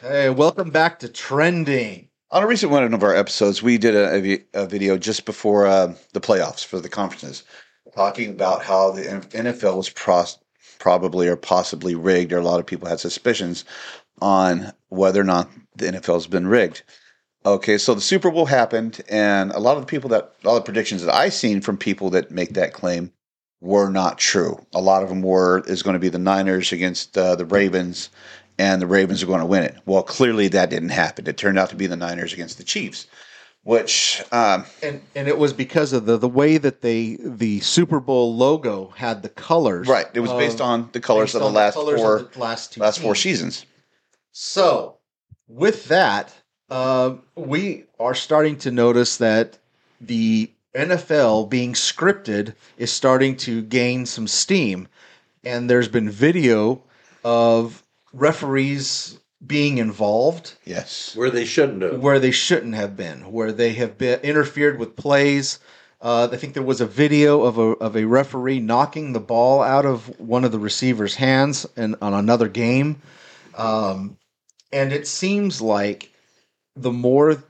Hey, welcome back to trending. On a recent one of our episodes, we did a, a vi- a video just before uh, the playoffs for the conferences, talking about how the N- NFL was pros- probably or possibly rigged, or a lot of people had suspicions on whether or not the NFL has been rigged. Okay, so the Super Bowl happened, and a lot of the people that, all the predictions that I seen from people that make that claim were not true. A lot of them were is going to be the Niners against uh, the Ravens, and the Ravens are going to win it. Well, clearly that didn't happen. It turned out to be the Niners against the Chiefs, which um, And and it was because of the the way that they the Super Bowl logo had the colors. right it was based of- on the colors based of the on last colors four of the last two last four teams. seasons. So, with that, um, we are starting to notice that the NFL being scripted is starting to gain some steam. And there's been video of referees being involved Yes, where they shouldn't have. where they shouldn't have been, where they have been interfered with plays. Uh, I think there was a video of a of a referee knocking the ball out of one of the receiver's hands and on another game, um, and it seems like the more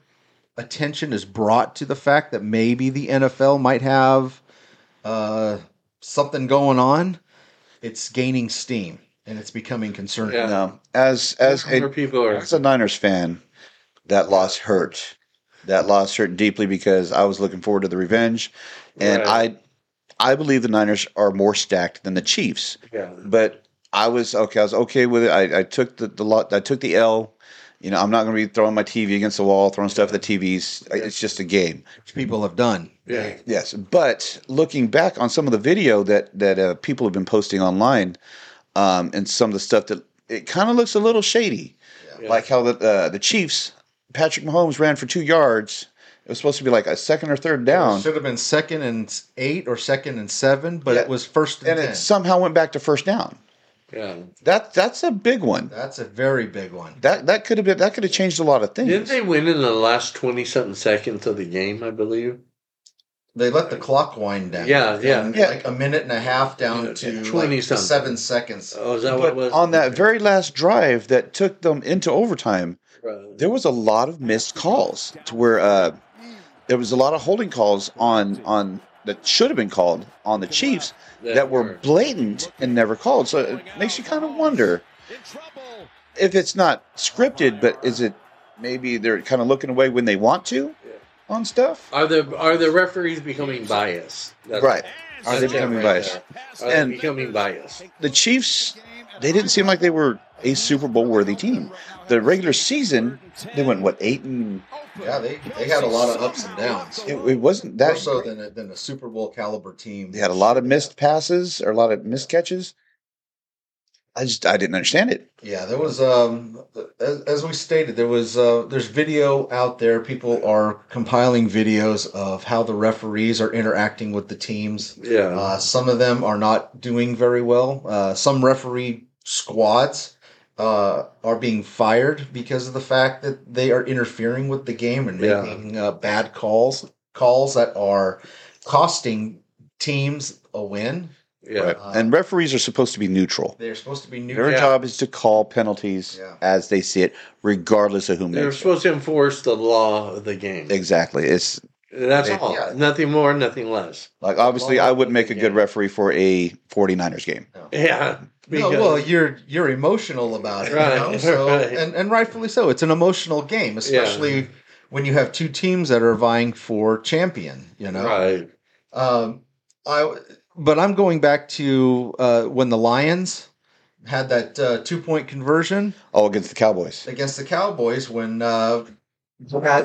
attention is brought to the fact that maybe the NFL might have uh, something going on, it's gaining steam and it's becoming concerning. Yeah. um, as as a Other people are. As a Niners fan, that loss hurt. That loss hurt deeply because I was looking forward to the revenge, and Right. I, I believe the Niners are more stacked than the Chiefs. Yeah. But I was okay. I was okay with it. I, I took the the lot. I took the L. You know, I'm not going to be throwing my TV against the wall, throwing stuff at the TVs. I- It's just a game. Which people have done. Yeah. Yes, but looking back on some of the video that that uh, people have been posting online, um, and some of the stuff that it kind of looks a little shady, Yeah. like how the uh, the Chiefs Patrick Mahomes ran for two yards. It was supposed to be like a second or third down, It should have been second and eight or second and seven, but it Yeah. was first and, and ten. it somehow went back to first down. Yeah. That that's a big one. That's a very big one. That that could have been that could have changed a lot of things. Didn't they win in the last twenty something seconds of the game? I believe. They let the clock wind down. Yeah, yeah. From, Yeah. Like a minute and a half down Yeah, to 20 like something. seven seconds. Oh, is that what But it was? on that very last drive that took them into overtime, there was a lot of missed calls to where uh, there was a lot of holding calls on on that should have been called on the Chiefs that were blatant and never called. So it makes you kind of wonder if it's not scripted, but is it maybe they're kind of looking away when they want to on stuff? Are the are the referees becoming biased? That's- Right. that's Are they it becoming right biased? there. Are they And- Uh, becoming biased? The Chiefs, Uh, they didn't seem like they were a Super Bowl worthy team. The regular season, they went what eight and Yeah, they, they had a lot of ups and downs. it, it wasn't More that. so than a, than a Super Bowl caliber team. They had a lot of missed passes or a lot of missed catches. I just I didn't understand it. Yeah, there was um as, as we stated, there was uh there's video out there. People are compiling videos of how the referees are interacting with the teams. Yeah. Uh, some of them are not doing very well. Uh, some referee squads uh, are being fired because of the fact that they are interfering with the game and Yeah. making uh, bad calls, calls that are costing teams a win. yeah. Right. uh-huh. and referees are supposed to be neutral. They're supposed to be Their neutral. Yeah. job is to call penalties Yeah. as they see it, regardless of who They're makes it. supposed to enforce the law of the game. Exactly. It's That's Yeah. all. Nothing more, nothing less. like obviously Law I of would the make a good game. referee for a 49ers game. Yeah. No, well, you're you're emotional about it, Right, you know? so, right. and and rightfully so. It's an emotional game, especially when you have two teams that are vying for champion. You know, right. Um, I but I'm going back to uh, when the Lions had that uh, two point conversion Oh, against the Cowboys. against the Cowboys when uh,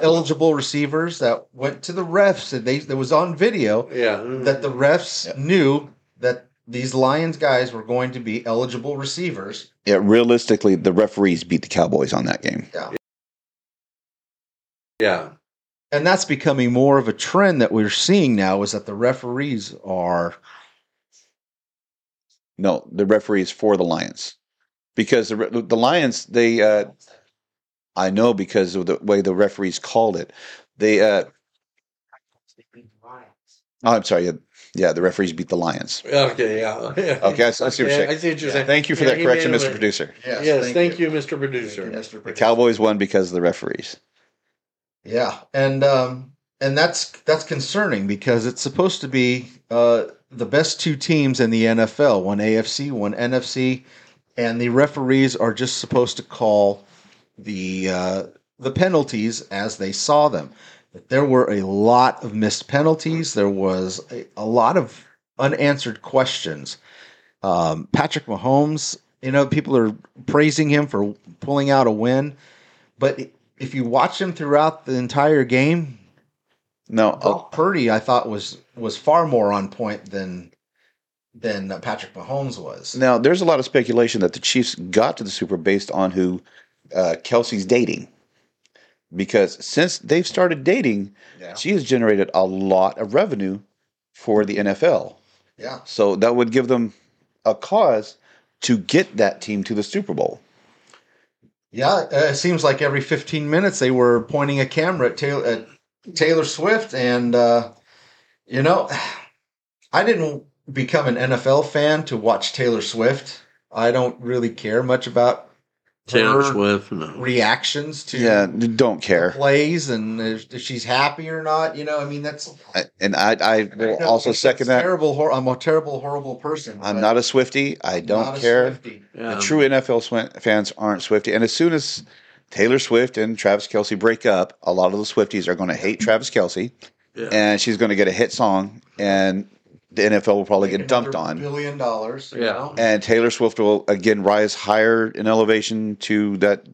eligible receivers that went to the refs and they that was on video Yeah. that the refs Yeah. knew that these Lions guys were going to be eligible receivers. Yeah, realistically, the referees beat the Cowboys on that game. yeah. And that's becoming more of a trend that we're seeing now is that the referees are No, the referees for the Lions, because the re- the Lions they uh, I know because of the way the referees called it. They uh, oh, I'm sorry. yeah. Yeah, the referees beat the Lions. Okay, yeah. Okay, I, I see what you're Yeah, I saying. see what you're saying. Thank you for Yeah, that he correction, made Mr. a- Producer. Yes, Yes, thank, you. Mr. Producer. Mr. The Producer. Cowboys won because of the referees. Yeah, and um, and that's that's concerning because it's supposed to be uh, the best two teams in the NFL, one AFC, one NFC, and the referees are just supposed to call the uh, the penalties as they saw them. But there were a lot of missed penalties. There was a, a lot of unanswered questions. Um, Patrick Mahomes, you know, people are praising him for pulling out a win, but if you watch him throughout the entire game, No, Brock Purdy I thought was was far more on point than than uh, Patrick Mahomes was. Now, there's a lot of speculation that the Chiefs got to the Super based on who uh, Kelsey's dating. Because since they've started dating, Yeah, she has generated a lot of revenue for the NFL. yeah, So that would give them a cause to get that team to the Super Bowl. yeah. Uh, it seems like every 15 minutes they were pointing a camera at Taylor, at Taylor Swift, and uh, you know, I didn't become an NFL fan to watch Taylor Swift. I don't really care much about Taylor her Swift, no. reactions to Yeah, don't care. plays and if, if she's happy or not. You know, I mean that's I- And I, I will also second that. Terrible, hor- I'm a terrible, horrible person. I'm but not a Swifty. I I'm don't not a care. Swiftie. Yeah. the true NFL sw- fans aren't Swifty. And as soon as Taylor Swift and Travis Kelsey break up, a lot of the Swifties are going to hate Travis Kelsey, Yeah. and she's going to get a hit song, and the NFL will probably Make get dumped another on. Billion dollars. Yeah. You know? And Taylor Swift will again rise higher in elevation to that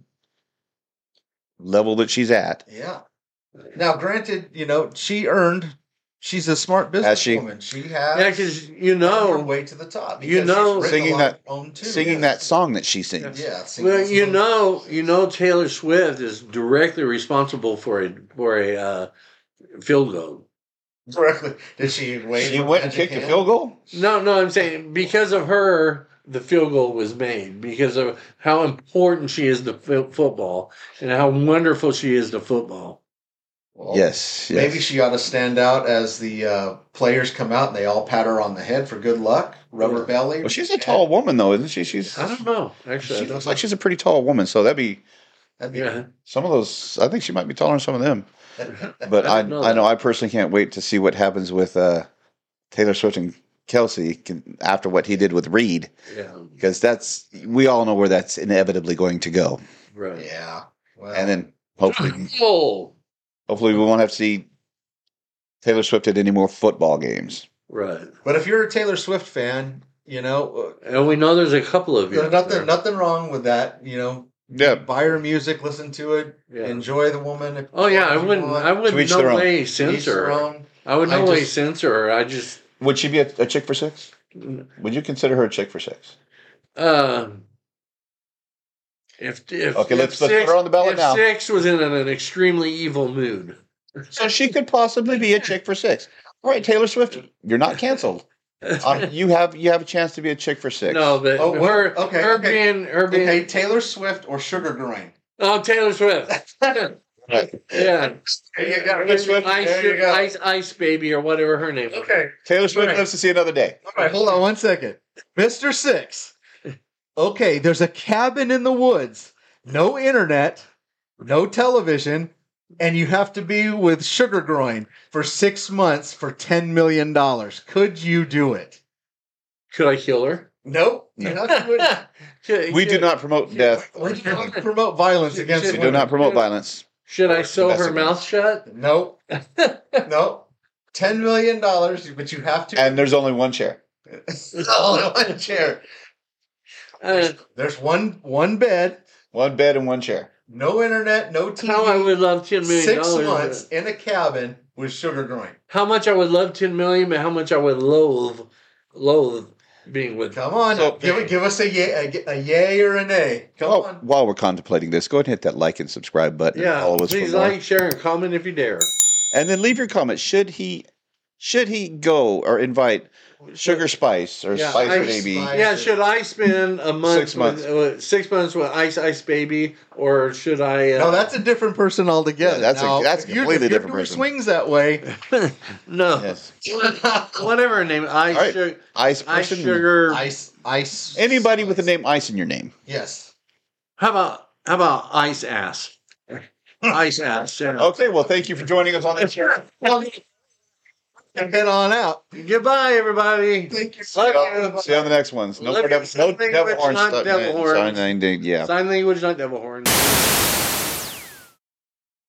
level that she's at. yeah. Now, granted, you know she earned. She's a smart Has she? businesswoman. She, has Yeah, because you her know, way to the top. You because she's know- written Singing a lot that- on her own too, yes. Singing that song that she sings. Yeah. Singing well, that you song. know, you know, Taylor Swift is directly responsible for a for a uh, field goal. Directly. Did she wait? She for went and Magic kicked a Hand? field goal. No, no, I'm saying because of her, the field goal was made because of how important she is to fo- football and how wonderful she is to football. Well, Yes, yes. Maybe she ought to stand out as the uh, players come out and they all pat her on the head for good luck. Rubber Yeah. belly. Well, she's a tall woman though, isn't she? She's I don't know, actually. she looks like she's a pretty tall woman. So that'd be That'd be- yeah, some of those. I think she might be taller than some of them. But I I, don't know I that. know I personally can't wait to see what happens with uh, Taylor Swift and Kelsey can, after what he did with Reed, yeah, because that's we all know where that's inevitably going to go. right. Yeah. Well, And then hopefully, Oh, hopefully we won't have to see Taylor Swift at any more football games. right. but if you're a Taylor Swift fan, you know, And we know there's a couple uh, of you. there's out nothing there. nothing wrong with that. You know, Yeah, buy her music, listen to it, Yeah. enjoy the woman. if- Oh yeah, I if you wouldn't. want. I would To each no their own. way To each censor. their her. own. I would no I way just- censor her. I just. would she be a, a chick for six? Would you consider her a chick for six? Uh, if if Okay, if let's- let's put her on the ballot if now. Six was in an, an extremely evil mood. So she could possibly be a chick for six. All right, Taylor Swift, you're not canceled. Uh, you have you have a chance to be a chick for six. No, but Oh, what? her Okay, her okay. being her being Okay, Taylor Swift or Sugar Grain. oh Taylor Swift. Right. yeah, There you go. Taylor Swift, ice, there you go. ice ice baby or whatever her name. was. Taylor Swift Right. lives to see another day. All right, hold on one second. Mr. Six. Okay, there's a cabin in the woods, no internet, no television, and you have to be with Sugar Groin for six months for $10 million. Could you do it? Could I kill her? Nope. No. You're not doing it. Could- We do could- not promote death. We do not promote violence against We We do women. not promote violence. Should I sew her Domestic mouth shut? Nope. Nope. $10 million, but you have to. And there's only one chair. only one chair. Uh, There's one one bed, One bed and one chair. no internet, no TV. how I would love ten million six dollars. months in a cabin with sugar groin. how much I would love ten million, but how much I would loathe loathe being with. Come on, So- give give us a yay, a, a yay or a nay. Come Oh, on. while we're contemplating this, go ahead and hit that like and subscribe button. and Yeah, follow us for please more. like, share, and comment if you dare. And then leave your comment. Should he should he go or invite Sugar Spice or Yeah, Spice Ice Baby? Spice. Yeah, should I spend a month Six months. With, uh, six months with Ice Ice Baby, or should I? Uh, No, that's a different person altogether. Yeah, that's a- Now, that's a if you're- completely if you're different doing person. Swings that way. no. Yes. Whatever her name, I All right. sugar, Ice I person. sugar. Ice, ice. Anybody with the name Ice in your name. Yes. How about how about ice ass? Ice ass. Yeah. Okay, well, thank you for joining us on this. And then on out. Goodbye, everybody. Thank you. Love you. See you on the next ones. No, more Love you. devil, no Something devil which horns. not stuck in devil it. horns. Sign language, yeah. Sign language, not devil horn.